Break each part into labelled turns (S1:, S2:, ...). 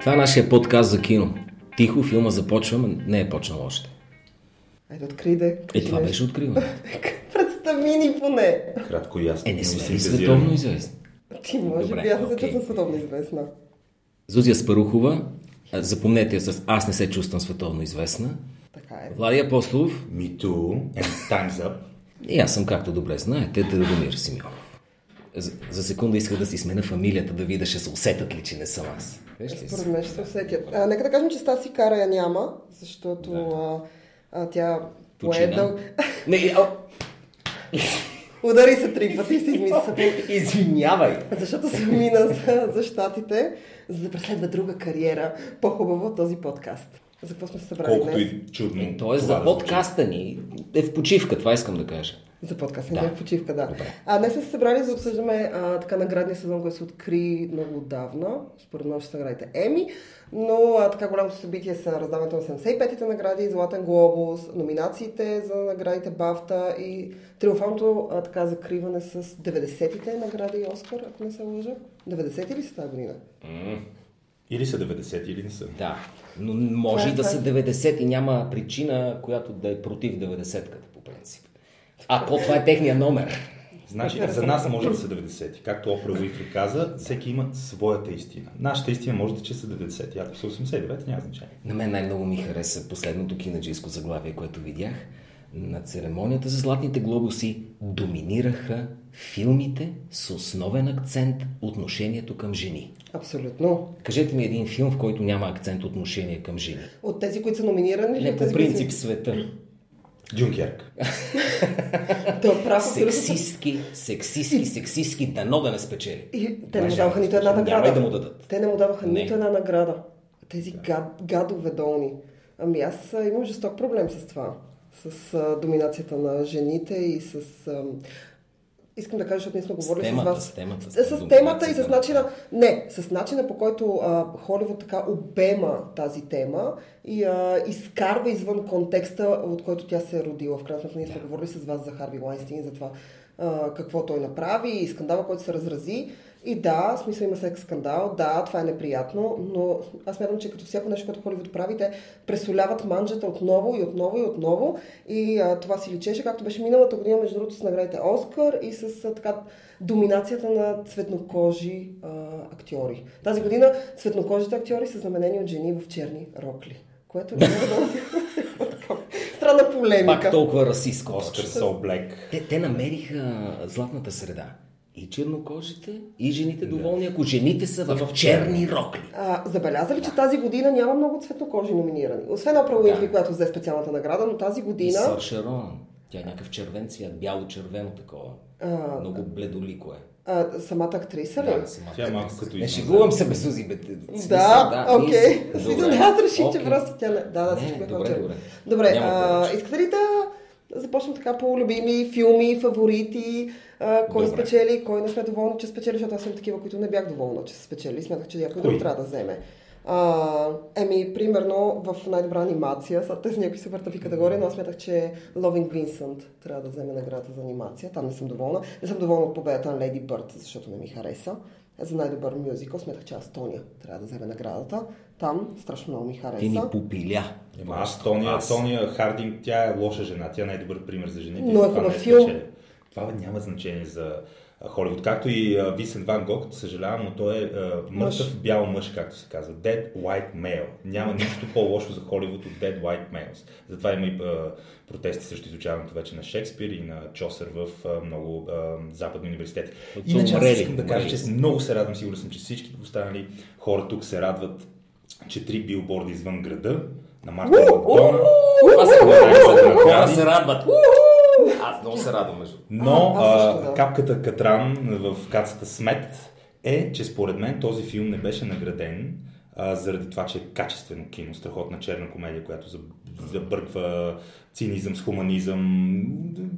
S1: Това е нашия подкаст за кино. Тихо, филма започваме, не е почнал още.
S2: Айде, откри да.
S1: Е, това беше откриване.
S2: Представи ни поне.
S3: Кратко и ясно.
S1: Е, не сме
S3: си
S1: ли
S3: газирани.
S1: световно известни?
S2: Ти може
S1: Добре,
S2: би аз okay.
S1: окей.
S2: съм световно известна.
S1: Зузия Спарухова, а, запомнете я с Аз не се чувствам световно известна.
S2: Така е.
S1: Влади Апостолов
S3: Me too. And time's up.
S1: и аз съм, както добре знаете, Драгомир Симеонов. За, за секунда исках да си смена фамилията, да видя, ще се усетат ли, че не съм аз. Виж ли си?
S2: Според мен ще се усетят. А, нека да кажем, че Стаси Кара я няма, защото да. а, а, тя пое
S1: Почина.
S2: дъл...
S1: Не, а...
S2: Удари се три пъти и си измисли се
S1: Извинявай!
S2: Защото се мина за, за щатите, за да преследва друга кариера. По-хубаво от този подкаст. За какво сме се събрали
S3: Колкото
S2: днес?
S3: и чудно.
S1: Тоест
S3: това
S1: Е, за
S3: да звучи.
S1: подкаста ни е в почивка, това искам да кажа.
S2: За подкаст
S1: Да.
S2: да. в почивка, да. А, днес сме се събрали за да обсъждаме а, така наградния сезон, който се откри много отдавна. Според мен ще са наградите Еми. Но а, така голямото събитие са раздаването на 75-те награди, Златен глобус, номинациите за наградите Бафта и триумфалното а, така закриване с 90-те награди Оскар, ако не се лъжа. 90-ти ли са тази година?
S3: Или са 90, или не са.
S1: Да, но може
S2: Това е
S1: и да
S2: това.
S1: са 90 и няма причина, която да е против 90-ката по принцип. Ако това е техния номер.
S3: Значи, за нас може да са 90. Както Опра Уифри каза, всеки има своята истина. Нашата истина може да е, че са 90. Ако са 89, няма значение.
S1: На мен най-много ми хареса последното кинаджийско заглавие, което видях. На церемонията за Златните глобуси доминираха филмите с основен акцент отношението към жени.
S2: Абсолютно.
S1: Кажете ми един филм, в който няма акцент отношение към жени.
S2: От тези, които са номинирани? или
S1: Не
S2: от
S1: по
S2: тези, които
S1: принцип света.
S3: Дюнкерк.
S2: Са... Той е прав, абсолютно.
S1: Сексистки, сексистки, сексистки, дано да не спечели.
S2: И те не му
S1: Уважаеми
S2: даваха нито една
S1: слушатели,
S2: награда.
S1: Няма и да му дадат.
S2: Те не му даваха
S1: Не.
S2: нито една награда. Тези гад, гадове долни. Ами аз а, имам жесток проблем с това. С а, доминацията на жените и с... А, искам да кажа, защото ние сме говорили с,
S1: темата,
S2: вас.
S1: с темата,
S2: С,
S1: с
S2: с темата и
S1: доминацията.
S2: с начина... Не, с начина по който а, Холивуд така обема тази тема и а, изкарва извън контекста, от който тя се е родила. В крайна сметка ние сме говорили с вас за Харви Лайнстин, за това а, какво той направи и скандала, който се разрази. И да, в смисъл има секс скандал, да, това е неприятно, но аз мятам, че като всяко нещо, което Холивуд прави, те пресоляват манжата отново и отново и отново. И а, това си личеше, както беше миналата година, между другото, с наградите Оскар и с а, така доминацията на цветнокожи а, актьори. Тази година цветнокожите актьори са заменени от жени в черни рокли, което не мога да... Странна
S1: Пак
S2: полемика.
S1: толкова расистко.
S3: Оскар
S1: Оскар.
S3: Сол Блек.
S1: Те, те намериха златната среда. И чернокожите, и жените доволни, ако жените са в черни рокли.
S2: А, забеляза ли, че тази година няма много цветнокожи номинирани? Освен Опра Уинфри, която взе специалната награда, но тази
S1: И
S2: година...
S1: Сър Шерон. Тя е някакъв червен цвят, бяло-червено такова.
S2: А.
S1: Много бледолико е.
S2: А, самата актриса ли?
S1: Да, самата
S3: Тя е малко
S1: актриса.
S3: като
S1: Не,
S3: Изна,
S1: шегувам се без узи, бе. те- в смисъл,
S2: Да,
S1: ние
S2: окей.
S1: си-
S2: Смисъл,
S1: Добре.
S2: не, Аз реших, че
S1: Окей.
S2: просто тя не... Да, да,
S1: Не,
S2: всичко е
S1: добре,
S2: точно.
S1: добре.
S2: Добре,
S1: Няма
S2: а,
S1: повече.
S2: искате ли да започнем така по любими филми, фаворити, а, кой
S1: Добре.
S2: спечели, кой не сме доволни, че спечели, защото аз имам такива, които не бях доволна, че са спечели. Смятах, че някой друг
S3: Кои?
S2: трябва да вземе. А, еми, примерно в най-добра анимация, са тези някои са въртави категория, но аз смятах, че Loving Vincent трябва да вземе наградата за анимация. Там не съм доволна. Не съм доволна от победата на Lady Bird, защото не ми хареса. За най-добър мюзикъл смятах, че Астония трябва да вземе наградата. Там страшно много ми хареса.
S1: Ти ни попиля.
S3: Ема аз, Тония, Тония Хардинг, тя е лоша жена, тя е най-добър пример за жените.
S2: Но
S3: и затова
S2: ако
S3: не
S2: във
S3: е
S2: филм-
S3: спечелила. Това бе, няма значение за а, Холивуд. Както и а, Висен Ван Гог, съжалявам, но той е а, мъртъв
S2: Мъж.
S3: бял мъж, както се казва. Dead White Male. Няма нищо по-лошо за Холивуд от Dead White Males. Затова има и а, протести срещу изучаването вече на Шекспир и на Чосър в а, много а, западни университети.
S1: От
S3: Иначе аз
S1: умрели,
S3: искам да кажа,
S1: умрели.
S3: че много се радвам, сигурен съм, че всички останали хора тук се радват, че три билборда извън града на Марта Макдона
S1: Аз се
S3: Уху!
S1: радвам. Аз се радват. Аз много се радвам, между
S3: Но
S2: А, аз също,
S3: а,
S2: да.
S3: капката Катран в кацата Смет е, че според мен този филм не беше награден а, заради това, че е качествено кино, страхотна черна комедия, която заб- забърква цинизъм с хуманизъм.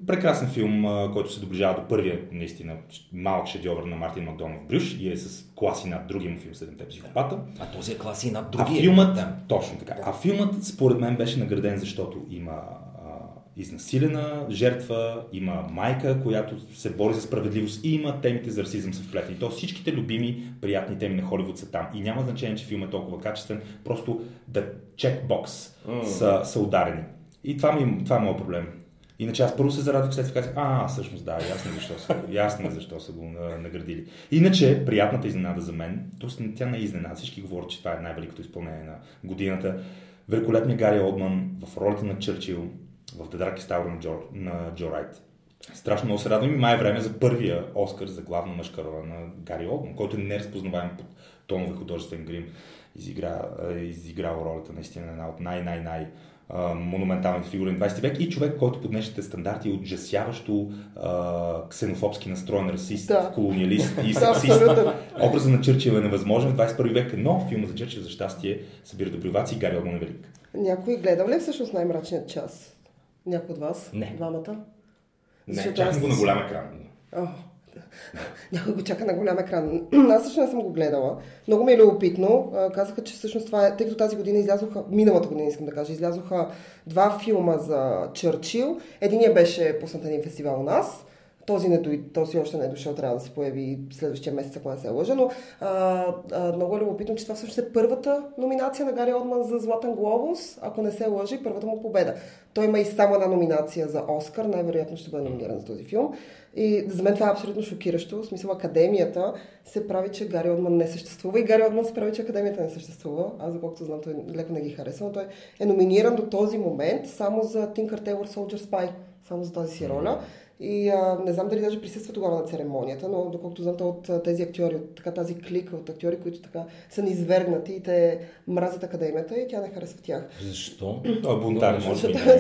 S3: Прекрасен филм, а, който се доближава до първия, наистина, малък шедьовър на Мартин Макдонов Брюш и е с класи над другия му филм Седемте психопата.
S1: А този е клас и над
S3: А
S1: другия.
S3: филмът, точно така, а филмът според мен беше награден, защото има а, изнасилена жертва, има майка, която се бори за справедливост и има темите за расизъм са вплетени. То всичките любими, приятни теми на Холивуд са там. И няма значение, че филмът е толкова качествен, просто да чекбокс mm. са, са ударени. И това, ми, това е моят проблем. Иначе аз първо се зарадвах, след това казах, а, всъщност да, ясно е защо са, ясно защо са го наградили. Иначе, приятната изненада за мен, т.е. тя не е изненада, всички говорят, че това е най-великото изпълнение на годината. Великолепният Гари Олдман в ролята на Чърчил, в The Darkest Hour на Джо, на Джо Райт. Страшно много се радвам и май е време за първия Оскар за главна мъжка роля на Гари Олдман, който е неразпознаваем под тонове художествен грим. Изигра, изиграл ролята наистина една от най-най-най монументалните фигури на 20 век и човек, който по днешните стандарти е отжасяващо а, ксенофобски настроен расист, да. колониалист и сексист. Образът на Чърчил е невъзможен в 21 век, но филма за Чърчил за щастие събира добриваци и Гари Олдман е велик.
S2: Някой гледал ли е всъщност най-мрачният час? Някой от вас?
S1: Не.
S2: Двамата?
S3: Не, Защото чакам аз... го на голям екран.
S2: О, някой го чака на голям екран. Аз също не съм го гледала. Много ми е любопитно. Казаха, че всъщност това е, тъй като тази година излязоха, миналата година искам да кажа, излязоха два филма за Чърчил. Единия беше пуснат един фестивал у нас. Този, не дой, този още не е дошъл, трябва да се появи следващия месец, ако не се лъжа, но а, а, много е любопитно, че това всъщност е първата номинация на Гари Олдман за Златен глобус, ако не се лъжи, първата му победа. Той има и само една номинация за Оскар, най-вероятно ще бъде номиниран за този филм. И за мен това е абсолютно шокиращо. В смисъл, академията се прави, че Гари Олдман не съществува и Гари Олдман се прави, че академията не съществува. Аз, доколкото знам, той леко не ги харесва, но той е номиниран до този момент само за Tinker Taylor Soldier Spy, само за тази си роля. И а, не знам дали даже присъства тогава на церемонията, но доколкото знам, е от а, тези актьори, от така тази клика от актьори, които така са низвергнати и те мразят академията и тя не харесва тях.
S1: Защо?
S3: Той е бунтар, може би не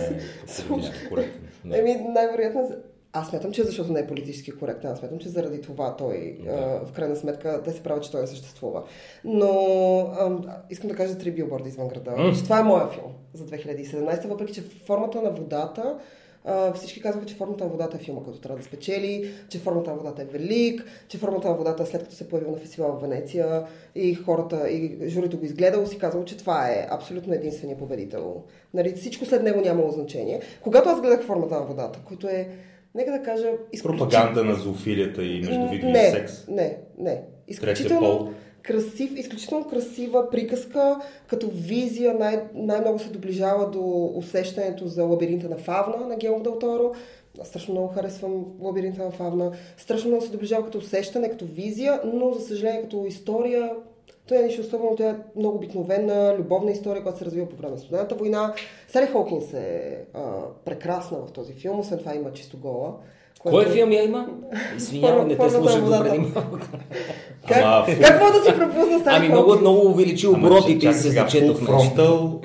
S3: е коректен.
S2: Еми, най-вероятно аз смятам, че защото не е политически коректен. Аз смятам, че заради това той, да. а, в крайна сметка, те се правят, че той не съществува. Но а, искам да кажа три билборда извън града. Mm. Това е моя филм за 2017, въпреки че формата на водата Uh, всички казваха, че формата на водата е филма, който трябва да спечели, че формата на водата е велик, че формата на водата след като се е появил на фестивал в Венеция и хората, и журито го изгледало, си казало, че това е абсолютно единствения победител. Нали, всичко след него нямало значение. Когато аз гледах формата на водата, който е Нека да кажа...
S3: Изключително... Пропаганда на зоофилията и междувидовия секс.
S2: Не, не. Изключително красив, изключително красива приказка, като визия най- най-много се доближава до усещането за лабиринта на Фавна на Гелм Далторо. Аз страшно много харесвам лабиринта на Фавна. Страшно много се доближава като усещане, като визия, но за съжаление като история той е нищо особено, тя е много обикновена любовна история, която се развива по време на студената война. Сари Холкинс е а, прекрасна в този филм, освен това има чисто гола.
S1: Кой е филм я има? Извинявам, не те слушах до преди малко.
S2: Как, Ама, какво да си пропусна Сари
S1: Ами много, много увеличи оборотите и се зачетох
S3: нещо.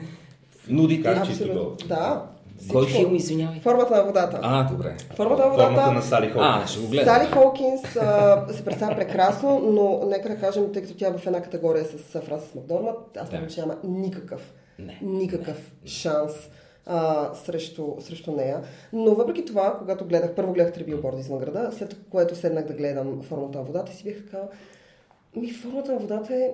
S1: Нудите.
S2: Абсолютно. Да.
S1: Кой филм, извинявай?
S2: Формата на водата.
S1: А, добре.
S2: Формата на водата.
S3: Формата на Сали Холкинс.
S1: А, ще го гледам.
S2: Сали Холкинс а, се представя прекрасно, но нека да кажем, тъй като тя е в една категория с Франсис Макдормат, аз мисля, да. че няма никакъв,
S1: не.
S2: никакъв не. шанс а, срещу, срещу нея. Но въпреки това, когато гледах, първо гледах три билборда извън града, след което седнах да гледам формата на водата и си бях така, ми формата на водата е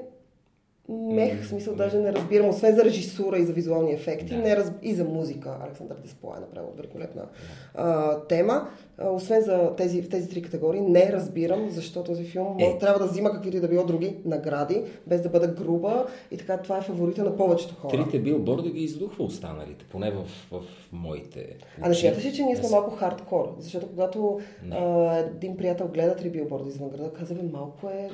S2: мех, в смисъл даже не разбирам, освен за режисура и за визуални ефекти, да. не раз... и за музика. Александър Деспло е направил великолепна да. а, тема. А, освен за тези, в тези три категории, не разбирам защо този филм е. трябва да взима каквито и да било други награди, без да бъде груба и така това е фаворита на повечето хора.
S1: Трите билборда ги издухва останалите, поне в, в, в моите. Учи.
S2: А не смяташ ли, че ние
S1: е
S2: сме малко хардкор? Защото когато не. а, един приятел гледа три билборда извън града, каза ми малко е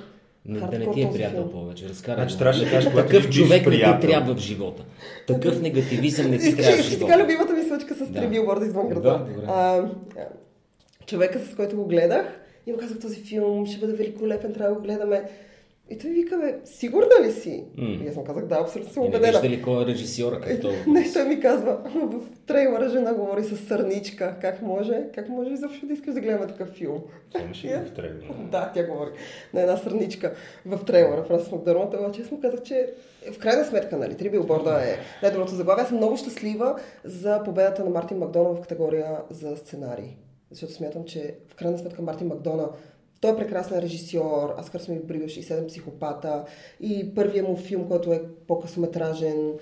S1: но да не ти е приятел повече. Разкарай.
S3: Значи трябваше да кажеш, когато
S1: такъв човек
S3: приятел.
S1: не ти трябва в живота. Такъв негативизъм не ти трябва в живота. Е,
S2: Така любимата ми случка с три билборда извън града. човека, с който го гледах, и му казах, този филм ще бъде великолепен, трябва да го гледаме. И той вика, бе, сигурна ли си? Mm. И аз му казах, да, абсолютно съм убедена.
S1: Не вижда ли кой е режисьора като
S2: Не, той ми казва, в трейлера жена говори с сърничка, как може, как може изобщо да искаш да гледаме такъв филм?
S3: Тя имаше в трейлера.
S2: да, тя говори на една сърничка в трейлера, Франс Макдормата, обаче аз му казах, че в крайна сметка, нали, три билборда е най-доброто заглавие. Аз съм много щастлива за победата на Мартин Макдона в категория за сценарий. Защото смятам, че в крайна сметка Мартин Макдона той е прекрасен режисьор, аз харесвам и Бригаш и Седем психопата, и първия му филм, който е по-късометражен,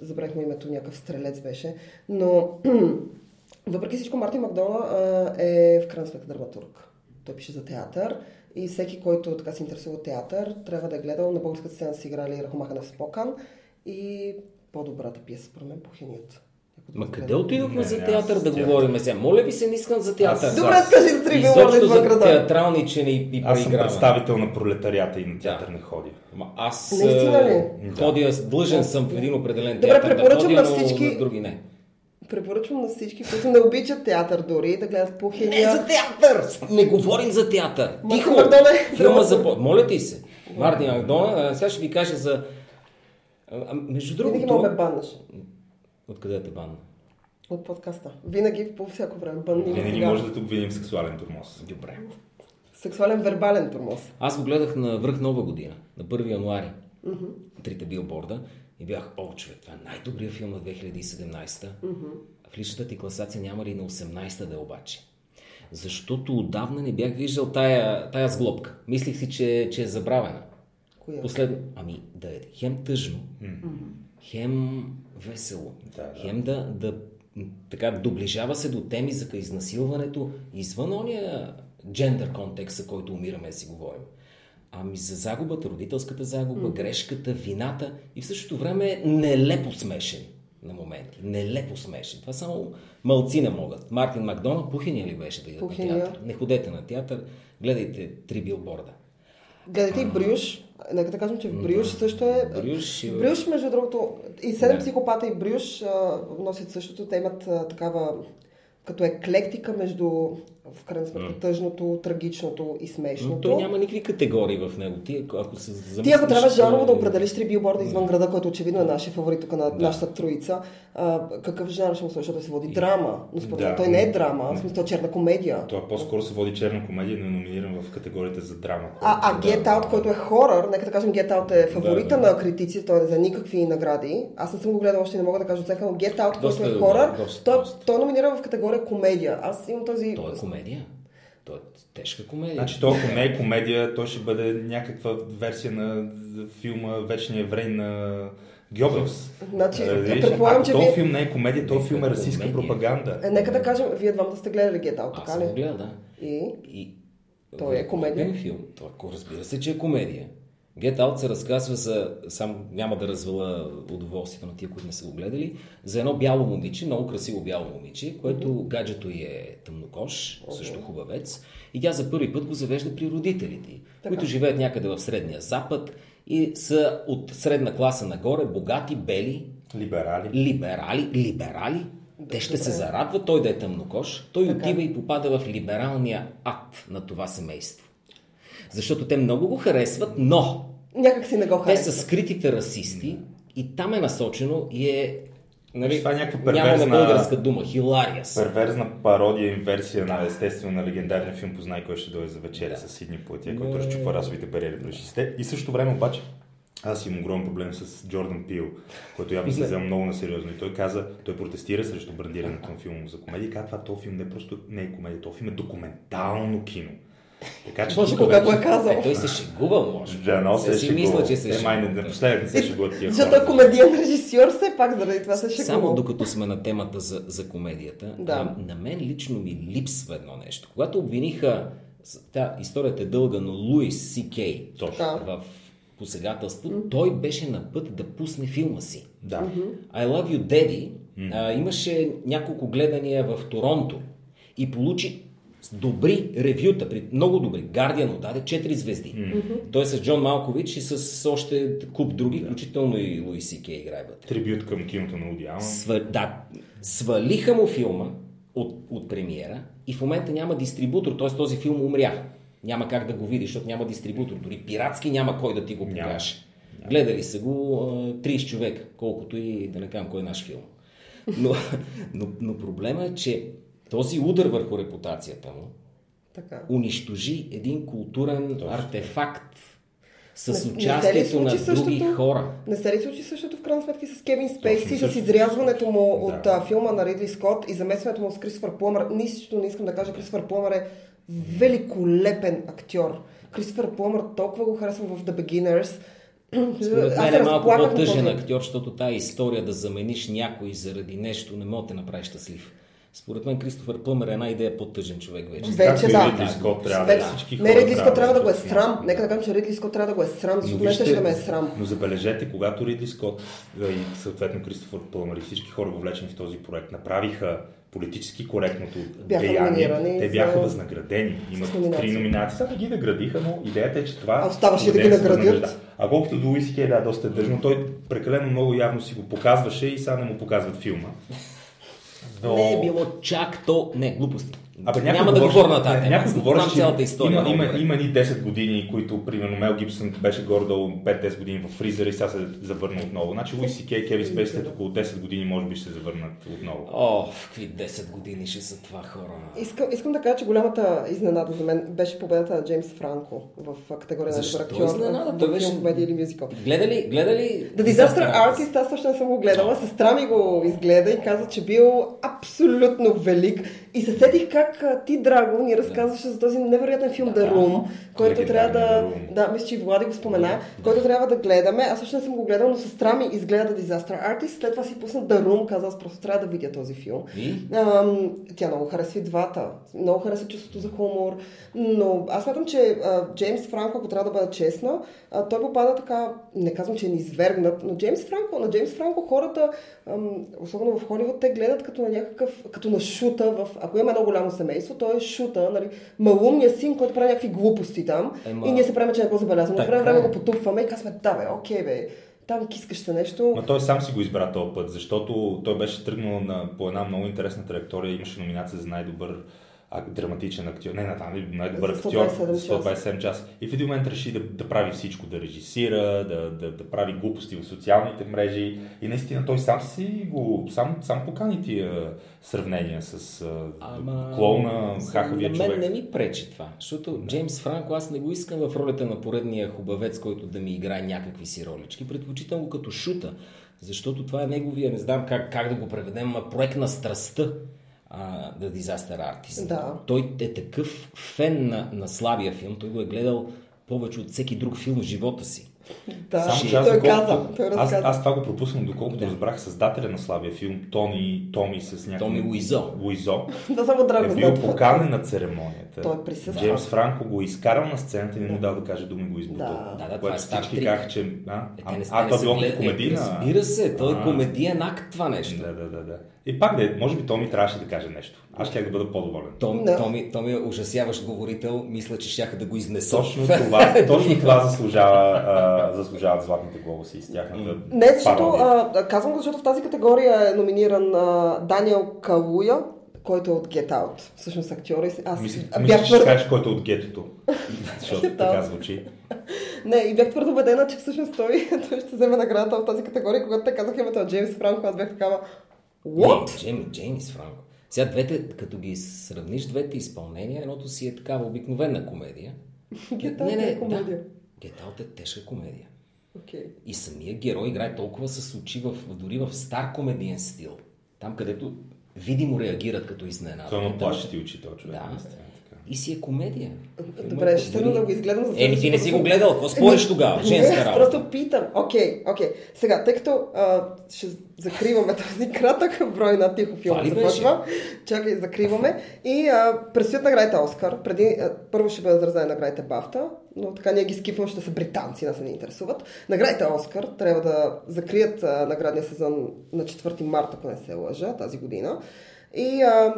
S2: забравих му името, някакъв стрелец беше, но Въпреки всичко, Мартин Макдона а, е в крайна сметка драматург. Той пише за театър и всеки, който така се интересува от театър, трябва да е гледал на българската сцена са играли Рахомахана в Спокан и по-добрата пиеса, според мен, Пухенията. е
S1: Ма къде отидохме
S3: Не,
S1: за
S3: не,
S1: театър
S3: аз
S1: да
S3: театър.
S1: говорим сега? Моля ви се, не искам за театър.
S3: Аз-
S2: Добре,
S3: аз-
S2: скажи за три билборда
S1: Изобщо за
S2: извън града.
S1: театралничене и, и
S3: Аз съм
S1: преиграване.
S3: представител на пролетарията и на театър не ходя.
S1: Ама аз
S2: Наистина ли?
S1: а, ходя, с- длъжен съм в един определен
S2: Добре,
S1: театър да
S2: препоръчвам
S1: ходя,
S2: на
S1: но
S2: всички-
S1: на други не.
S2: Препоръчвам на всички, които не обичат театър дори, да гледат
S1: Е,
S2: Пухения.
S1: театър! Не говорим за театър!
S2: Мартин
S1: Тихо!
S2: Макдона е
S1: Филма
S2: драматург.
S1: за... Моля ти се! Мартин Макдона, а, сега ще ви кажа за... а, а, Между
S2: Винаги мога ме
S1: другото...
S2: баннеш
S1: Откъде е те банна?
S2: от подкаста. Винаги, по всяко време, банни ме
S3: Винаги
S2: сега.
S3: може да тук видим сексуален турмоз.
S1: Добре.
S2: Сексуален вербален тормоз.
S1: Аз го гледах на връх Нова година, на 1 януари. Трите билборда. И бях, о, човек, това е най-добрият филм на 2017-та. В личната ти класация няма ли на 18-та да е обаче? Защото отдавна не бях виждал тая, тая сглобка. Мислих си, че, че е забравена.
S2: Коя?
S1: Последно. Ами да е хем тъжно, хем весело,
S3: Да, да.
S1: хем да, да м, така доближава се до теми за изнасилването извън ония джендър контекст, за който умираме да си говорим. Ами за загубата, родителската загуба, грешката, вината и в същото време е нелепо смешен на моменти. Нелепо смешен. Това само малцина могат. Мартин Макдона, Пухиня ли беше да идат на
S2: Пухиня.
S1: театър? Не ходете на театър, гледайте три билборда.
S2: Гледайте и Брюш. Нека да кажем, че Брюш също е...
S1: Брюш и-
S2: Брюш, между другото, и Седем
S1: Да.
S2: психопата и Брюш а, носят същото. Те имат а, такава като еклектика между, в крайна сметка, тъжното, трагичното и
S1: Но
S2: смешното.
S1: той няма никакви категории в него. Ти, ако- ако се замислиш...
S2: Ти ако трябва жанрово да
S1: е-
S2: определиш три билборда извън града, който очевидно е нашия фаворит тук на нашата троица, а, какъв жанр ще му слуша да се води? Драма. Но според мен
S3: Да.
S2: той не е драма, в смисъл той е черна комедия.
S3: Това по-скоро се води черна комедия, но е номиниран в категорията за драма.
S2: А, а
S3: която-
S2: Get Out, който е хорър, нека да кажем Get Out е фаворита
S3: Да, да.
S2: на критици, той не за никакви награди. Аз не съм го гледала още, не мога да кажа оценка, но Get Out, който
S1: Доста
S2: е
S1: добър,
S2: хорър,
S1: доста,
S2: той,
S1: доста.
S2: той номинира в категория комедия. Аз имам този...
S1: Той е комедия. Той е тежка комедия.
S3: Значи то, ако не е комедия, той ще бъде някаква версия на филма Вечния врей на Гьобелс.
S2: Значи,
S3: Е, виж,
S2: предполагам,
S3: ако
S2: че
S3: този
S2: вие-
S3: филм не е комедия, този филм е расистска
S1: Комедия.
S3: пропаганда.
S2: Е, нека да кажем, вие двамата сте гледали Get Out,
S1: Аз
S2: така
S1: съм
S2: ли?
S1: го гледал, да.
S2: И...
S1: И...
S2: Той е комедия.
S1: Великолепен Филм. Това, ако разбира се, че е комедия. Get Out се разказва за, само няма да развала удоволствието на тия, които не са го гледали, за едно бяло момиче, много красиво бяло момиче, което гаджето й е тъмнокош, също хубавец, и тя за първи път го завежда при родителите, й, които живеят някъде в Средния Запад и са от средна класа нагоре, богати, бели,
S3: Либерали.
S1: либерали, либерали, те ще се зарадват, той да е тъмнокош, той отива и попада в либералния ад на това семейство. Защото те много го харесват, но
S2: Някак си не го
S1: те
S2: харесва.
S1: са скритите расисти и там е насочено и е... Нали,
S3: Това е някаква
S1: нямаме
S3: перверзна-
S1: българска дума, хилариас.
S3: Перверзна пародия, инверсия на естествено на легендарния филм Познай кой ще дойде за вечеря с Сидни Платия, който разчупва расовите бариери през 60-те. И също време обаче аз имам огромен проблем с Джордан Пил, който явно се взема много на сериозно. И той каза, той протестира срещу брандирането на филма за комедия. и Каза, това този филм не е просто не е комедия, този филм е документално кино. Така че
S2: Боже,
S3: тук
S2: кога го е
S3: вече-
S1: Е,
S2: казал.
S1: той се шегувал, може.
S3: Джано
S1: Те
S3: се
S1: си
S3: е
S1: мисля,
S3: шегувал.
S1: че се
S3: Е, май не, не, последно се шегуват тия
S2: Защото е
S3: хора.
S2: комедиен режисьор, все пак заради това се
S1: Само
S2: шегувал.
S1: докато сме на темата за, за комедията,
S2: Да.
S1: а, на мен лично ми липсва едно нещо. Когато обвиниха, с- та историята е дълга, но Луис Си Кей
S2: Така.
S1: в посегателство, той беше на път да пусне филма си.
S3: Да.
S1: I Love You Daddy а, имаше няколко гледания в Торонто и получи с добри ревюта, при много добри. Guardian му даде 4 звезди. Той е с Джон Малкович и с още куп други, включително и Луис Си Кей играе вътре.
S3: Трибют към киното на Уди Алън.
S1: Сва, да, свалиха му филма от, от премиера и в момента няма дистрибутор, т.е. този филм умря. Няма как да го видиш, защото няма дистрибутор. Дори пиратски няма кой да ти го
S3: Няма.
S1: покаже. Гледали са го а, 30 човека, колкото и да не кажем кой е наш филм. Но, но, но проблема е, че този удар върху репутацията му
S2: Така.
S1: унищожи един културен артефакт с
S2: Не- не се ли
S1: участието на
S2: случи
S1: други
S2: същото?
S1: хора.
S2: Не се ли случи същото в крайна сметка и с Кевин Спейси,
S3: Точно
S2: с
S3: същото.
S2: изрязването му
S3: Да.
S2: от а, филма на Ридли Скот и замесването му с Кристофър Пламър? Нищо не искам да кажа, Кристофър Пламър е великолепен актьор. Кристофър Пламър толкова го харесвам в The Beginners.
S1: Според мен
S2: се
S1: е малко
S2: разплаках на
S1: по-тъжен
S2: този-
S1: актьор, защото тая история да замениш някой заради нещо не може да те направи щастлив. Според мен Кристофър Плъмер е една идея по-тъжен човек вече.
S2: Вече
S3: Както и
S2: да.
S3: Ридли Скот трябва
S2: Вече-
S3: да е. всички
S2: Не,
S3: хора
S2: Ридли Скот трябва да го е
S3: слушат.
S2: срам. Нека да кажем, че Ридли Скот трябва да го е срам, защото
S3: Но
S2: днес ще
S3: вижте,
S2: да ме е срам.
S3: Но забележете, когато Ридли Скот а, и съответно Кристофър Пълмър и всички хора въвлечени в този проект направиха политически коректното
S2: Бяха
S3: деяние,
S2: номинирани
S3: те
S2: за-
S3: бяха възнаградени. Имат
S2: номинации.
S3: три номинации. Да, не ги наградиха, но идеята е, че това...
S2: А оставаше да ги
S3: идеята се
S2: наградят?
S3: възнагражда. А колкото до Уиси Кей, да, доста е тъжно. Той прекалено много явно си го показваше и сега не му показват филма. Но-
S1: Не е било чак то... Не, глупости.
S3: Абе, някой
S1: Няма да
S3: говореше-
S1: говоря на тази тема.
S3: Някой
S1: Знам
S3: говореше, че
S1: цялата история.
S3: Има,
S1: много
S3: има,
S1: добре.
S3: има ни 10 години, които, примерно, Мел Гибсън беше гордо 5-10 години в фризера и сега се завърна отново. Значи Луис и Кей, Кевин Спейс след около 10 години може би ще се завърнат отново.
S1: О, в какви 10 години ще са това хора.
S3: Е,
S2: Искам, искам да кажа, че голямата изненада за мен беше победата на Джеймс Франко в а, категория на
S1: Защо
S2: добър актьор.
S1: изненада?
S2: в
S1: Той
S2: филм,
S1: беше-
S2: комедия или мюзикъл.
S1: Гледа ли, гледа ли...
S2: The Disaster
S1: Artist?
S2: Artist, аз също не съм го гледала. Сестра ми го изгледа и каза, че бил абсолютно велик. И се сетих как а, ти, Драго, ни разказваше за този невероятен филм The Room, който трябва да...
S3: Легендарния The Room.
S2: Да, мисля, че и Влади го спомена, който трябва да гледаме. Аз също не съм го гледала, но сестра ми изгледа The Disaster Artist, след това си пусна The Room, каза, аз просто трябва да видя този филм.
S1: И?
S2: Ам, тя много харесва и двата. Много харесва чувството за хумор. Но аз смятам, че а, Джеймс Франко, ако трябва да бъда честна, а, той попада така, не казвам, че е извергнат, но Джеймс Франко, на Джеймс Франко хората, ам, особено в Холивуд, те гледат като на някакъв, като на шута, в, ако има едно голямо семейство, той е шута, нали, малумният син, който прави някакви глупости там.
S1: Ема-
S2: И ние се правим, че не го забелязваме. От
S1: Така
S2: време на време
S1: е.
S2: го потупваме и казваме, да бе, окей бе, там кискаш се нещо.
S3: Ма той сам си го избра този път, защото той беше тръгнал на, по една много интересна траектория. Имаше номинация за най-добър а, драматичен актьор. Не, не, там ли, най-добър
S2: За
S3: актьор
S2: 127
S3: за 127 часа. И в един момент реши да, да прави всичко, да режисира, да, да, да прави глупости в социалните мрежи. И наистина той сам си го, сам, сам покани тия сравнения с а, клоуна, хахавия
S1: на мен
S3: човек.
S1: не ми пречи това, защото Джеймс Франко аз не го искам в ролята на поредния хубавец, който да ми играе някакви си ролички. Предпочитам го като шута, защото това е неговия, не знам как, как да го преведем, ма проект на страстта а, The Disaster Artist.
S2: Да.
S1: Той е такъв фен на, на слабия филм, той го е гледал повече от всеки друг филм в живота си.
S2: Да,
S3: Само, че аз,
S2: той
S3: доколкото-
S2: каза, той
S3: аз,
S2: разказа.
S3: аз това го пропуснах, доколкото разбрах създателя на слабия филм, Тони, Томи с някакъв...
S1: Томи Луизо.
S3: Луизо.
S2: Да, само
S3: е
S2: драго
S3: бил
S2: знам.
S3: поканен на церемонията.
S2: Той присъства.
S3: Джеймс Франко го е изкарал на сцената и не му дал да каже думи, го избутал.
S2: Да.
S1: Да, да, това е
S3: което
S1: стар
S3: всички
S1: трик.
S3: казаха, че... А,
S1: Е,
S3: а,
S1: те не,
S3: а
S1: те
S3: това
S1: са
S3: било
S1: гледали. Е,
S3: комедийна.
S1: Разбира се, той е
S3: А.
S1: комедиен акт това нещо.
S3: Да, да, да, да. И пак, де, може би Томи трябваше да каже нещо. Аз ще да бъда по-доволен.
S1: Том,
S2: Да.
S1: Томи, Томи е ужасяващ говорител, мисля, че щяха да го изнесат.
S3: Точно това, точно това заслужава, а, заслужават златните глобуси с е тяхната
S2: Не, защото,
S3: пародия.
S2: а, да, казвам го, защото в тази категория е номиниран а, Даниел Калуя, който е от Get Out. Всъщност актьора. и с- Аз
S3: Мисля,
S2: а,
S3: мисля,
S2: бях Е,
S3: че ще
S2: твърдо,
S3: кажеш, който е от гетото. Защото
S2: Гетто.
S3: така звучи.
S2: не, и бях твърдо убедена, че всъщност той, той ще вземе наградата от тази категория. Когато те казах името на Джеймс Франко, аз бях такава What?
S1: Не, Джейми, Джеймис Франко. Сега двете, като ги сравниш двете изпълнения, едното си е такава обикновена комедия.
S2: Get Out е комедия.
S1: Да. Get Out е тежка комедия.
S2: Окей.
S1: И самия герой играе толкова с очи, в, дори в стар комедиен стил. Там, където видимо реагират като изненада.
S3: Той му плаши ти очи, този човек.
S1: Да.
S3: наистина, така.
S1: И си е комедия. Филмът
S2: Добре,
S1: е
S2: ще тръгна
S1: дори-
S2: да го изгледам. за
S1: Еми, ти не
S2: следващото
S1: си
S2: път.
S1: го гледал. Какво спориш
S2: Еми,
S1: тогава?
S2: не,
S1: Женска
S2: аз
S1: работа.
S2: Просто питам. Окей, окей. Сега, тъй като а, ще закриваме този кратък брой на тихо филма
S1: Това ли
S2: започва. Чакай, закриваме. И а, предстоят наградите Оскар. Преди, а, първо ще бъдат разразени наградите Бафта, но така ние ги скипваме, ще са британци, нас не ни интересуват. Наградите Оскар трябва да закрият а, наградния сезон на 4 марта, ако не се лъжа, тази година. И а,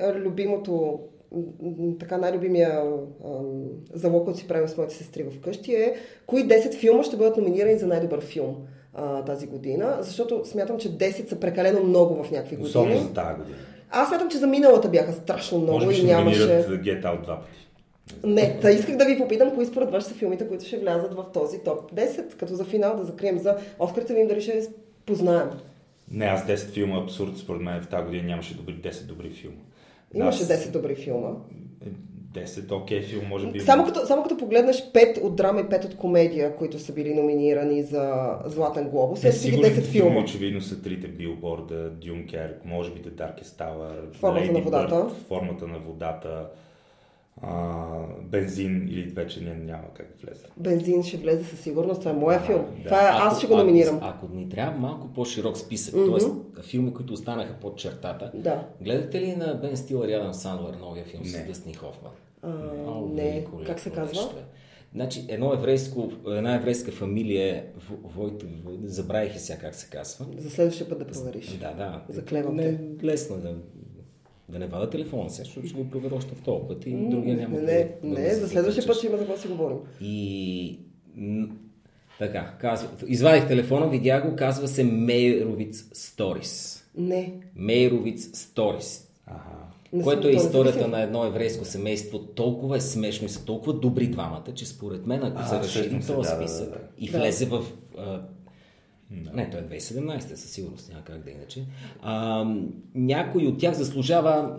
S2: най-любимото м, м, така най-любимия ам, залог, който си правим с моите сестри вкъщи е кои 10 филма ще бъдат номинирани за най-добър филм а, тази година, защото смятам, че 10 са прекалено много в някакви години.
S3: Особено за тази година.
S2: Аз смятам, че за миналата бяха страшно много
S3: Може би
S2: и
S3: ще
S2: нямаше...
S3: номинират Get Out два пъти.
S2: Не, та исках да ви попитам, кои според вас ще са филмите, които ще влязат в този топ 10, като за финал да закрием за Оскарите, видим дали ще познаем.
S3: Не, аз 10 филма е абсурд, според мен в тази година нямаше добри 10 добри филма.
S2: Имаше
S3: Аз-
S2: 10 добри филма.
S3: 10 окей филм, може би.
S2: Само като, само като погледнеш 5 от драма и 5 от комедия, които са били номинирани за Златен глобус,
S3: Е,
S2: е си ги 10
S3: сигурните филми,
S2: филма.
S3: Очевидно са трите Билборда, Дюнкерк, може би The Darkest Tower,
S2: Формата
S3: Lady
S2: на водата.
S3: Bird, Формата на водата. а, бензин или вече ня- няма как да влезе.
S2: Бензин ще влезе със сигурност. Това е моя филм.
S3: да.
S2: Това е, аз ще го номинирам.
S1: Ако, ако ни трябва малко по-широк списък,
S2: Мгм.
S1: т.е. филми, които останаха под чертата,
S2: Да.
S1: гледате ли на Бен Стилър и Адам Сандлер новия филм
S3: Не.
S1: с Дъстин Хофман?
S2: А,
S1: О,
S2: не.
S1: великолепно
S2: Как се казва?
S1: нещо е. Значи, едно еврейско, една еврейска фамилия, е В- Войт, Войт- забравих и сега как се казва. Значи,
S2: За следващия път да провериш.
S1: Да, да.
S2: Заклевам
S1: не,
S2: те.
S1: Лесно е да, да не вада телефона сега, защото ще го проверя още в този път и
S2: М,
S1: другия няма
S2: не,
S1: да-
S2: не,
S1: да
S2: не,
S1: го
S2: за следващия път
S1: затичаш.
S2: ще има за какво да си говорим.
S1: И м, така, казва, извадих телефона, видя го, казва се Мейровиц Сторис.
S2: Не,
S1: Мейровиц Сторис.
S3: Ага.
S2: не
S1: Което
S2: съм
S1: е
S2: готова.
S1: историята
S2: Зависи-
S1: на едно еврейско семейство, толкова е смешно и са толкова добри двамата, че според мен, ако
S3: А,
S1: се разшири
S3: всъщност, е,
S1: този
S3: да, да, да,
S1: списък
S3: да.
S1: и
S2: Да.
S1: влезе в... А, не, той е 2017, със сигурност, няма как да е иначе. А, някой от тях заслужава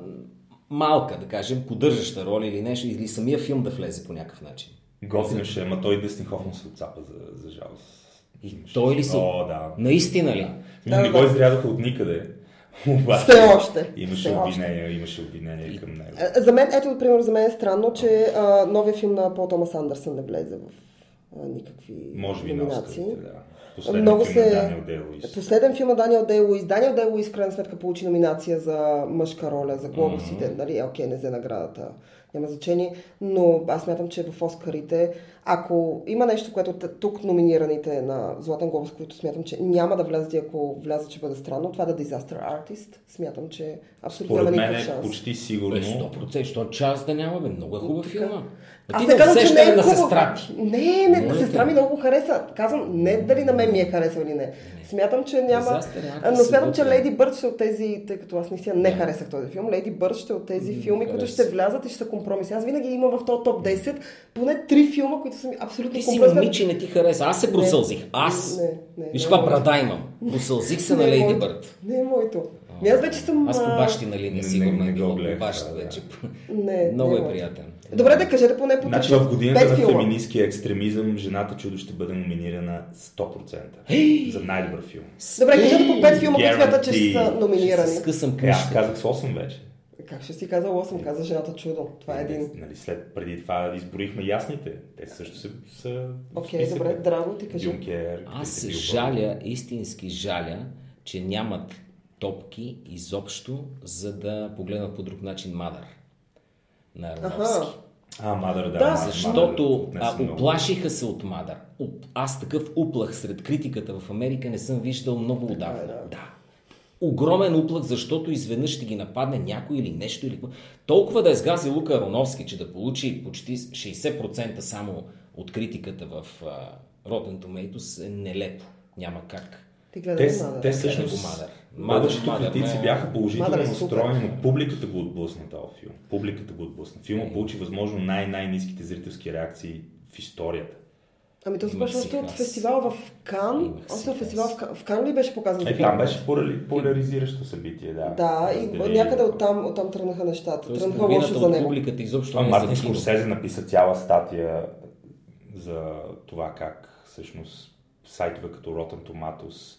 S1: малка, да кажем, поддържаща роля или нещо, или самия филм да влезе по някакъв начин.
S3: Готвимше, ама той Дъстин Хофман се отцапа за, за жалост.
S1: И той ли се-
S3: О, да.
S1: Наистина ли?
S2: Да,
S3: Не, не
S2: да.
S3: го изрязаха от никъде. Обаче,
S2: Все още.
S3: Имаше
S2: Все още.
S3: обвинения, имаше обвинения към него.
S2: А, За мен, ето, примерно, за мен е странно, че а, новия филм на Пол Томас Андерсън не влезе в а, никакви
S3: Може би на
S2: номинации.
S3: Оскарите, да. Последен
S2: Много
S3: филм
S2: се- е
S3: на Даниел Дей-Луис.
S2: Последен филм на Даниел Дей Луис. Даниел Дей Луис, в крайна сметка, получи номинация за мъжка роля, за глобусите. Mm-hmm. Нали? Е, Окей, не взе наградата. Няма значение. Но аз смятам, че в Оскарите, ако има нещо, което т- тук номинираните на Златен глобус, които смятам, че няма да влязат и ако влязат, ще бъде странно, това да е Disaster Artist. Смятам, че абсолютно
S3: Поред
S2: няма
S3: мен
S2: никакъв
S3: е
S2: шанс.
S3: почти
S1: Е,
S3: сигурно.
S1: 100%, що час да няма, бе, много е хубав филма. А ти
S2: Аз
S1: не
S2: не казвам, че не
S1: усещане
S2: е
S1: на
S2: хубав.
S1: сестра ти.
S2: Не, не,
S1: Моля
S2: Моля
S1: те.
S2: сестра ми много го хареса. Казвам, не дали на мен ми е харесал или не. Смятам, че няма...
S1: Дизастър,
S2: А,
S1: ако
S2: Но
S1: се
S2: смятам, че
S1: готвим.
S2: Леди Бърд ще е от тези, тъй като аз наистина не харесах този филм, Леди Бърд ще е от тези филми, които
S1: хареса.
S2: ще влязат и ще са компромиси. Аз винаги имам в този топ 10 поне три филма, които са ми абсолютно
S1: Ти си
S2: компромисни.
S1: момиче, не ти хареса. Аз се просълзих. Аз.
S2: Не, не,
S1: Виж
S2: не
S1: каква
S2: мога.
S1: брада имам. Просълзих се
S2: Не
S1: на
S2: е
S1: Лейди
S2: моето.
S1: Бърд.
S2: Не е моето. Ми аз вече съм...
S1: Аз по
S2: а,
S1: бащи на линия
S3: не-
S1: сигурно
S3: не
S1: е
S3: го
S1: било. По
S3: гледах,
S1: баща
S3: да.
S1: вече.
S2: Не,
S1: Много
S2: не
S1: е
S2: мога.
S1: приятен.
S2: Добре, да кажете поне по
S3: Значи
S2: три-
S3: в годината
S2: пет
S3: на
S2: филма.
S3: феминистския екстремизъм Жената чудо ще бъде номинирана 100% за най-добър филм.
S2: Добре, кажете по пет филма, които смятат, че ще са
S3: Guaranteed.
S1: Ще
S2: номинирани.
S1: се скъсам
S3: Е, аз
S1: книжка.
S3: казах с 8 вече.
S2: Как ще си казал 8, каза жената чудо. Това е един.
S3: Нали, след, преди това изброихме ясните. Те също са... са в
S2: Окей,
S3: списъка.
S2: добре, драго, ти кажи.
S3: Дюнкер.
S1: Аз се
S3: Кристин Билбо.
S1: жаля, истински жаля, че нямат топки изобщо, за да погледнат по друг начин Мадър на Ароновски.
S2: Аха.
S3: А, Мадър, да.
S2: Да,
S3: Мадър
S1: Защото
S3: отнесе
S1: а,
S3: много.
S1: оплашиха се от Мадър. Оп- Аз такъв уплах сред критиката в Америка не съм виждал много отдавна.
S2: е, да.
S1: Да. Огромен уплах, защото изведнъж ще ги нападне някой или нещо. Или... какво. Толкова да е сгази Лука Ароновски, че да получи почти 60% само от критиката в а, Rotten Tomatoes е нелепо. Няма как.
S2: Ти гледай
S3: Те,
S2: Мадър.
S3: те
S1: Гледай го,
S3: всъщност...
S1: Мадър. Мадър,
S3: Повечето
S1: Мадър,
S3: критици
S1: не.
S3: бяха положително
S2: Мадър е супер.
S3: настроени, но публиката го отблъсна този филм. Публиката го отблъсна. Филма получи възможно най-най-низките зрителски реакции в историята.
S2: Ами то
S1: Имах
S2: започва
S1: си
S2: още от
S1: хас.
S2: фестивала в Кан.
S1: Имах си
S2: Още от
S1: хас.
S2: фестивал в Кан. В Кан ли беше показан?
S3: Е, там беше поляри- поляризиращо събитие, да.
S2: Да, и
S3: Раздели-
S2: някъде оттам, оттам тръгнаха нещата.
S1: Тоест,
S2: Тръгнаха лошо
S1: половината
S2: за
S1: от
S2: него.
S1: публиката изобщо
S3: Това
S1: не е
S3: Мартин
S1: за кино.
S3: Скорсезе написа цяла статия за това как всъщност сайтове като Rotten Tomatoes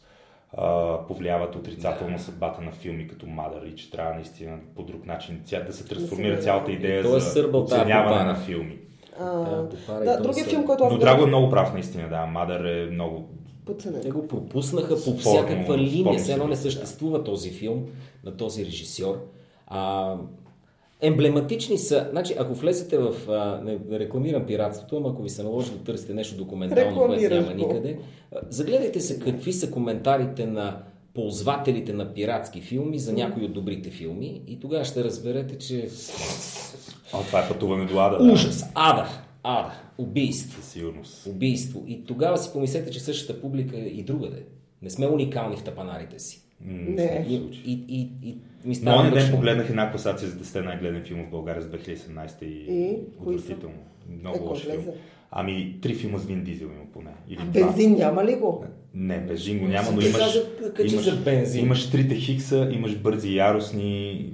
S3: а, повлияват отрицателно съдбата на филми като Мадър и че трябва наистина по друг начин ця- да се трансформира
S2: Да.
S3: цялата идея
S1: Той е
S3: за
S1: сърбал тази
S3: оценяване
S1: попана.
S3: на филми.
S2: А,
S1: Да, попара и
S2: Да,
S1: то
S2: другия
S1: са-
S2: филм, който аз
S3: Но Драго е
S2: гледах,
S3: много прав наистина, да. Мадър е много...
S1: Те
S2: подценен.
S1: го пропуснаха по
S3: Спорно,
S1: всякаква линия.
S3: спорно
S1: Все едно не
S3: събитие, да.
S1: съществува този филм на този режисьор. А, емблематични са. Значи, ако влезете в... А, не рекламирам пиратството, ама ако ви се наложи да търсите нещо документално, което
S2: Рекламираш
S1: няма
S2: го.
S1: никъде, а, загледайте се какви са коментарите на ползвателите на пиратски филми за някои от добрите филми и тогава ще разберете, че
S3: А, това е пътуване до Ада, да.
S1: ужас, ада, ада, убийство
S3: Със сигурност.
S1: убийство. И тогава си помислете, че същата публика е и другаде. Не сме уникални в тапанарите си.
S2: Не.
S3: Не.
S1: И, и, и, и ми
S3: Но
S1: става
S3: оня ден
S1: мъчно.
S3: погледнах една класация за 10 най-гледан филма в България за 2017 и,
S2: И? Кои са?
S3: отвратително.
S2: Е,
S3: Много
S2: кой
S3: лош филм.
S2: влезе?
S3: Ами, три филма с Вин Дизел има поне. Или два.
S2: Бензин няма ли го?
S3: Не, бензин го няма, но
S1: Ти
S3: имаш,
S1: каза, качи
S3: имаш,
S1: за бензин.
S3: имаш трите хикса, имаш бързи и яростни,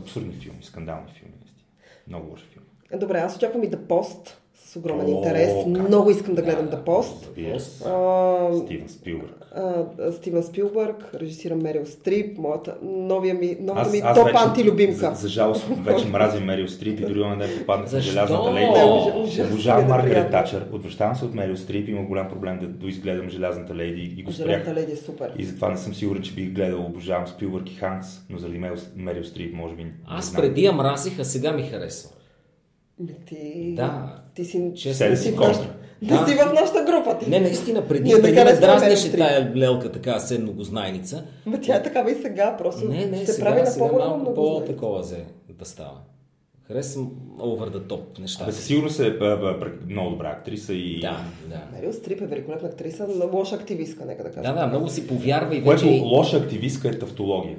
S3: абсурдни филми, скандални филми. наистина. Много лош филм.
S2: Добре, аз очаквам и да пост с с огромен О, интерес. Как? Много искам да гледам да, пост.
S3: Yes.
S2: А,
S3: Стивен Спилбърг.
S2: а, Стивен Спилбърг, режисира Мерил Стрип, моята новия ми, новата
S3: Аз,
S2: ми
S3: аз
S2: топ
S3: вече-
S2: антилюбимка.
S3: За, за жалост, вече мразя Мерил Стрип и дори на ден попадна в
S1: Защо?
S3: желязната
S2: О,
S3: лейди.
S2: ужасно
S3: Обожавам
S2: е
S3: Маргарет
S2: неприятно.
S3: Тачър. Отвръщавам се от Мерил Стрип. Имам голям проблем да доизгледам желязната лейди и го спрях.
S2: Железната леди е супер.
S3: И затова не съм сигурен, че бих гледал. Обожавам Спилбърг и Ханс, но заради Мерил, Мерил Стрип, може би. не
S1: Аз
S3: знам.
S1: преди я мразих, а сега ми харесва.
S2: Ме Ти,
S1: Да.
S2: ти си,
S1: Честен
S2: не
S3: си
S2: си, в
S3: контра.
S2: нашата- не си в нашата група. Ти.
S1: Не, наистина, преди,
S2: Ние
S1: преди
S2: така
S1: ме
S2: не сме
S1: дразнеше
S2: мейнстрим.
S1: тая лелка, така се многознайница.
S2: Ма тя е такава и сега, просто
S1: Не, не,
S2: се
S1: сега,
S2: прави на
S1: сега е
S2: по-голяма
S1: малко
S2: много. знае.
S1: по-такова взе да става. Харесвам over the top неща.
S3: Бе, със сигурност е бе, бе, пре- много добра актриса и
S1: Да, да.
S2: Мерил Стрип е великолепна актриса, но лоша активистка, нека да кажа.
S1: Да, да, много си повярва и
S3: Което
S1: вече...
S3: лоша активистка е тавтология.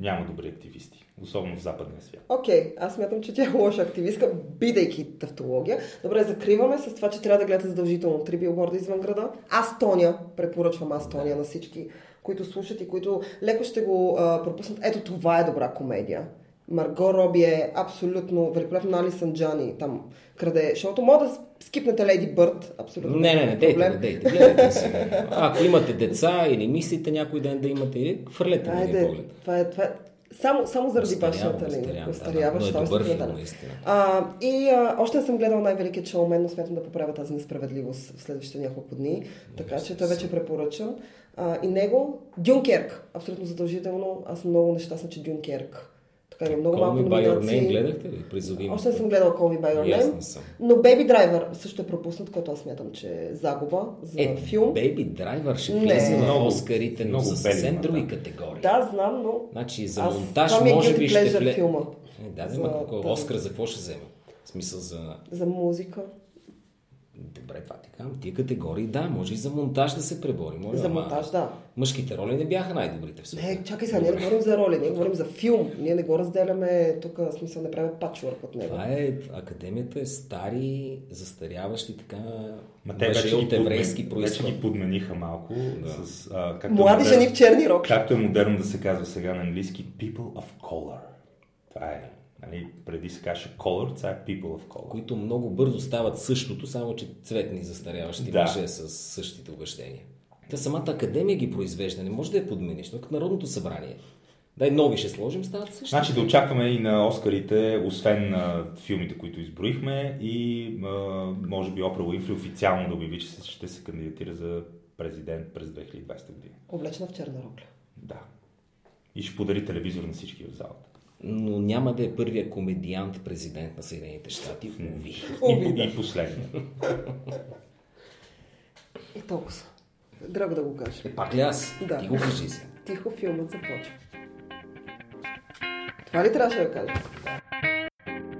S3: Няма добри активисти, особено в западния свят.
S2: Окей, аз смятам, че тя е лоша активистка, бидейки тавтология. Добре, закриваме с това, че трябва да гледате задължително три билборда извън града. Астония, препоръчвам Астония на всички, които слушат и които леко ще го а, пропуснат. Ето това е добра комедия. Марго Роби е абсолютно великолепна. Али Санджани там краде шоуто. Мога да скипнете Леди Бърт. Абсолютно.
S1: Не, не, не,
S2: никакъв
S1: дейте,
S2: проблем.
S1: не, дейте, гледайте си. Ако имате деца или мислите някой ден да имате, или хвърлете на един
S2: Айде,
S1: Нали, поглед.
S2: това е, това е. Само, само заради
S1: Остарява,
S2: башната
S1: остарява,
S2: линия.
S1: да,
S2: Остаряваш,
S1: но е
S2: това
S1: добър
S2: стига,
S1: филм,
S2: да.
S1: наистина.
S2: А, и а, още не съм гледала най-великият шоумен, но смятам да поправя тази несправедливост в следващите няколко дни. Така че той вече препоръчам. А, и него, Дюнкерк, абсолютно задължително. Аз съм много нещастна, че Дюнкерк. Така има много
S1: Call
S2: малко
S1: me by your name
S2: номинации.
S1: гледахте ли? Призови ме.
S2: Още не съм гледала Call Me By
S1: И
S2: Your
S1: аз
S2: Name.
S1: не съм.
S2: Но Baby Driver също е пропуснат, който аз смятам, че е загуба за
S1: Е,
S2: филм.
S1: Baby Driver ще
S2: Не.
S1: влезе в
S3: Много-
S1: Оскарите, но
S3: много
S1: за
S3: белина,
S1: съвсем
S3: да.
S1: други категории.
S2: Да, знам, но
S1: Значи за
S2: Аз-
S1: монтаж
S2: това ми е
S1: може би
S2: guilty
S1: ще
S2: pleasure
S1: вле...
S2: филма.
S1: Е, да, да,
S2: За-
S1: ма какво?
S2: да.
S1: Оскар за какво ще вземе? В смисъл за...
S2: за музика.
S1: Добре, това ти казвам. Тия категории, да, може и за монтаж да се пребори. Може,
S2: За
S1: ама
S2: монтаж, да.
S1: Мъжките роли не бяха най-добрите в света.
S2: Не, чакай сега, ние не говорим за роли, ние говорим за филм. Ние не го разделяме тук, в смисъл не правим патчворк от него.
S1: Това е, академията е стари, застаряващи така
S3: Ма те
S1: мъже
S3: вече
S1: Значи от
S3: ги,
S1: еврейски
S3: подмен... вече
S1: происход.
S3: ги подмениха малко да. с... А, както е
S2: Млади
S3: модерно-
S2: жени в черни рокли.
S3: Както е модерно да се казва сега на английски People of Color. Това е, нали, преди се каже Color, това е People of Color.
S1: Които много бързо стават същото, само че цветни застаряващи
S3: Да.
S1: мъже с същите убеждения. Та самата академия ги произвежда, не може да я подмениш, но като Народното събрание. Дай нови ще сложим, стават същи.
S3: Значи да очакваме и на Оскарите, освен на филмите, които изброихме и а, може би Опра Уинфри официално да обяви, че се- ще се кандидатира за президент през 2020 година.
S2: Облечена в черна рокля.
S3: Да. И ще подари телевизор на всички в залата.
S1: Но няма да е първия комедиант президент на Съединените щати. Уви.
S3: И, и последния.
S2: И Е, толкова. са. Драго да го кажа.
S1: Е, пак ли аз?
S2: Да.
S1: Ти го кажи си.
S2: Тихо филмът започва. Това ли трябваше да кажа?